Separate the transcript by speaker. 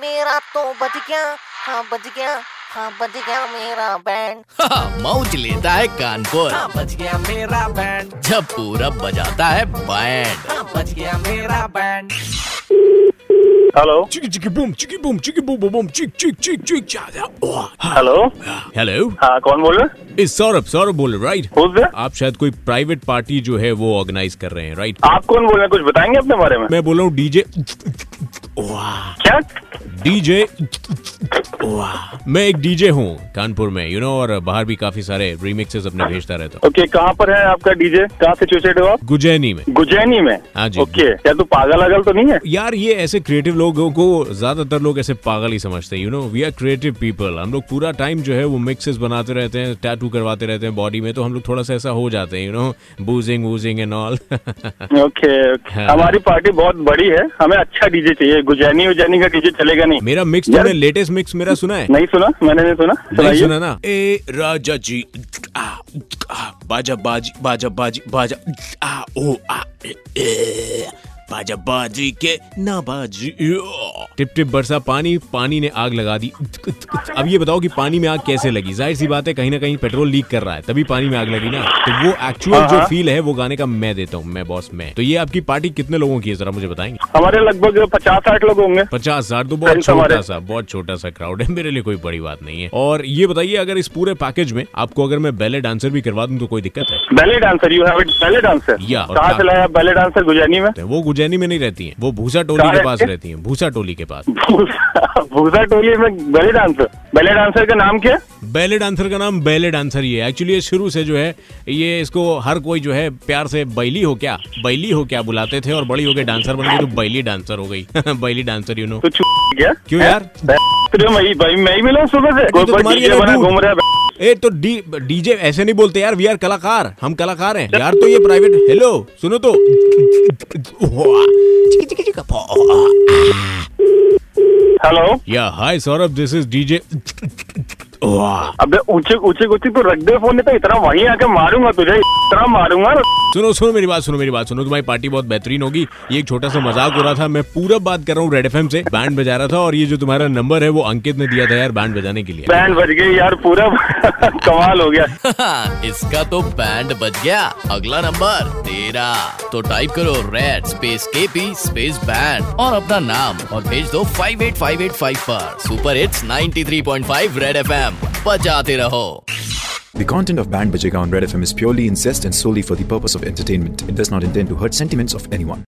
Speaker 1: मेरा तो बज गया हाँ बज गया हाँ बज गया मेरा बैंड
Speaker 2: मौज लेता है कानपुर
Speaker 3: हाँ बच गया मेरा बैंड
Speaker 2: जब पूरब बजाता है बैंड
Speaker 3: हाँ बच गया मेरा बैंड
Speaker 4: हेलो
Speaker 2: चिकी चिकी बूम चिकी बूम चिकी बूम बूम बूम चिक चिक चिक चिक चाचा हाँ।
Speaker 4: हेलो
Speaker 2: हेलो
Speaker 4: हाँ कौन बोल रहे हैं
Speaker 2: इस सौरभ सौरभ बोल रहे राइट
Speaker 4: Who's there?
Speaker 2: आप शायद कोई प्राइवेट पार्टी जो है वो ऑर्गेनाइज कर रहे हैं राइट
Speaker 4: आप कौन बोल रहे हैं कुछ बताएंगे अपने बारे में
Speaker 2: मैं बोल रहा हूँ डीजे
Speaker 4: क्या
Speaker 2: डीजे मैं एक डीजे हूँ कानपुर में यू नो और बाहर भी काफी सारे रिमिक्सेस अपने भेजता रहता हूँ
Speaker 4: ओके कहाँ पर है आपका डीजे कहाँ सिचुएटेड हो आप
Speaker 2: गुजैनी में
Speaker 4: गुजैनी में
Speaker 2: हाँ जी।
Speaker 4: ओके क्या तू पागल अगल तो नहीं है
Speaker 2: यार ये ऐसे क्रिएटिव लोगों को ज्यादातर लोग ऐसे पागल ही समझते हैं you know we are creative people हम लोग पूरा टाइम जो है वो मिक्सेस बनाते रहते हैं टैटू करवाते रहते हैं बॉडी में तो हम लोग थोड़ा सा ऐसा हो जाते हैं you know boozing woozing and all
Speaker 4: okay
Speaker 2: हाँ।
Speaker 4: ओके हमारी पार्टी बहुत बड़ी है हमें अच्छा डीजे चाहिए गुजैनी उजैनी का डीजे चलेगा नहीं
Speaker 2: मेरा मिक्स
Speaker 4: यार-
Speaker 2: तुमने लेटेस्ट मिक्स मेरा सुना है
Speaker 4: नहीं सुना मैंने नहीं सुना
Speaker 2: नहीं
Speaker 4: सुनाइए
Speaker 2: सुना ना ए राजा जी आ, आ, बाजा बाजी बाजा बाजी बाजा आ, ओ आ, ए, ए, बाजा बाजी के ना बाजी टिप टिप बरसा पानी पानी ने आग लगा दी अब ये बताओ कि पानी में आग कैसे लगी जाहिर सी बात है कहीं ना कहीं पेट्रोल लीक कर रहा है तभी पानी में आग लगी ना तो वो एक्चुअल जो फील है वो गाने का मैं देता हूँ मैं बॉस मैं तो ये आपकी पार्टी कितने लोगों की है जरा मुझे बताएंगे
Speaker 4: हमारे लगभग पचास साठ लोग होंगे
Speaker 2: पचास हजार तो बहुत
Speaker 4: Friends हमारे-
Speaker 2: छोटा सा बहुत छोटा सा क्राउड है मेरे लिए कोई बड़ी बात नहीं है और ये बताइए अगर इस पूरे पैकेज में आपको अगर मैं बैले डांसर भी करवा दूं तो कोई दिक्कत है
Speaker 4: ballet dancer you have it ballet dancer
Speaker 2: Yeah. हाँ।
Speaker 4: कहाँ से लाया आप बैले डांसर गुजैनी में
Speaker 2: तो वो गुजैनी में नहीं रहती हैं वो भूसा टोली
Speaker 4: कहाँ
Speaker 2: के पास
Speaker 4: रहती?
Speaker 2: रहती हैं भूसा टोली के पास
Speaker 4: भूसा भूसा टोली में बैले डांसर बैले डांसर का नाम क्या है
Speaker 2: बैले डांसर का नाम बैले डांसर ही है एक्चुअली ये शुरू से जो है ये इसको हर कोई जो है प्यार से बैली हो क्या बैली हो क्या बुलाते थे और बड़ी हो गई डांसर बन गई तो बैली डांसर हो गई बैली डांसर यू नो
Speaker 4: तो छू क्या
Speaker 2: क्यों यार?
Speaker 4: तेरे भाई भाई मैं ही मिला हूँ सुबह से कोई
Speaker 2: तो
Speaker 4: कोई
Speaker 2: तुम्हारी
Speaker 4: डीजे
Speaker 2: ये
Speaker 4: बना
Speaker 2: रूट।
Speaker 4: घूम रहा है
Speaker 2: ए तो डी डीजे ऐसे नहीं बोलते यार वी आर कलाकार हम कलाकार हैं यार तो ये प्राइवेट हेलो सुनो तो
Speaker 4: हेलो
Speaker 2: या hi Saurabh this is DJ
Speaker 4: अबे ऊंचे ऊंचे ऊंचे तो रख दे फोन नहीं तो इतना वहीं आके मारूंगा तुझे इतना मारूंगा ना
Speaker 2: सुनो सुनो मेरी बात सुनो मेरी बात सुनो तुम्हारी पार्टी बहुत बेहतरीन होगी ये एक छोटा सा मजाक हो रहा था मैं पूरा बात कर रहा हूँ रेड एफ से बैंड बजा रहा था और ये जो तुम्हारा नंबर है वो अंकित ने दिया था यार बैंड बजाने के लिए
Speaker 4: बैंड बज गई यार पूरा कमाल हो गया
Speaker 5: इसका तो बैंड बज गया अगला नंबर तेरा तो टाइप करो red space K P space band और अपना नाम और भेज दो five eight five eight five पर super hits 93.5 red F M बजाते रहो
Speaker 6: The content of Band Bajega on Red FM is purely incest and solely for the purpose of entertainment. It does not intend to hurt sentiments of anyone.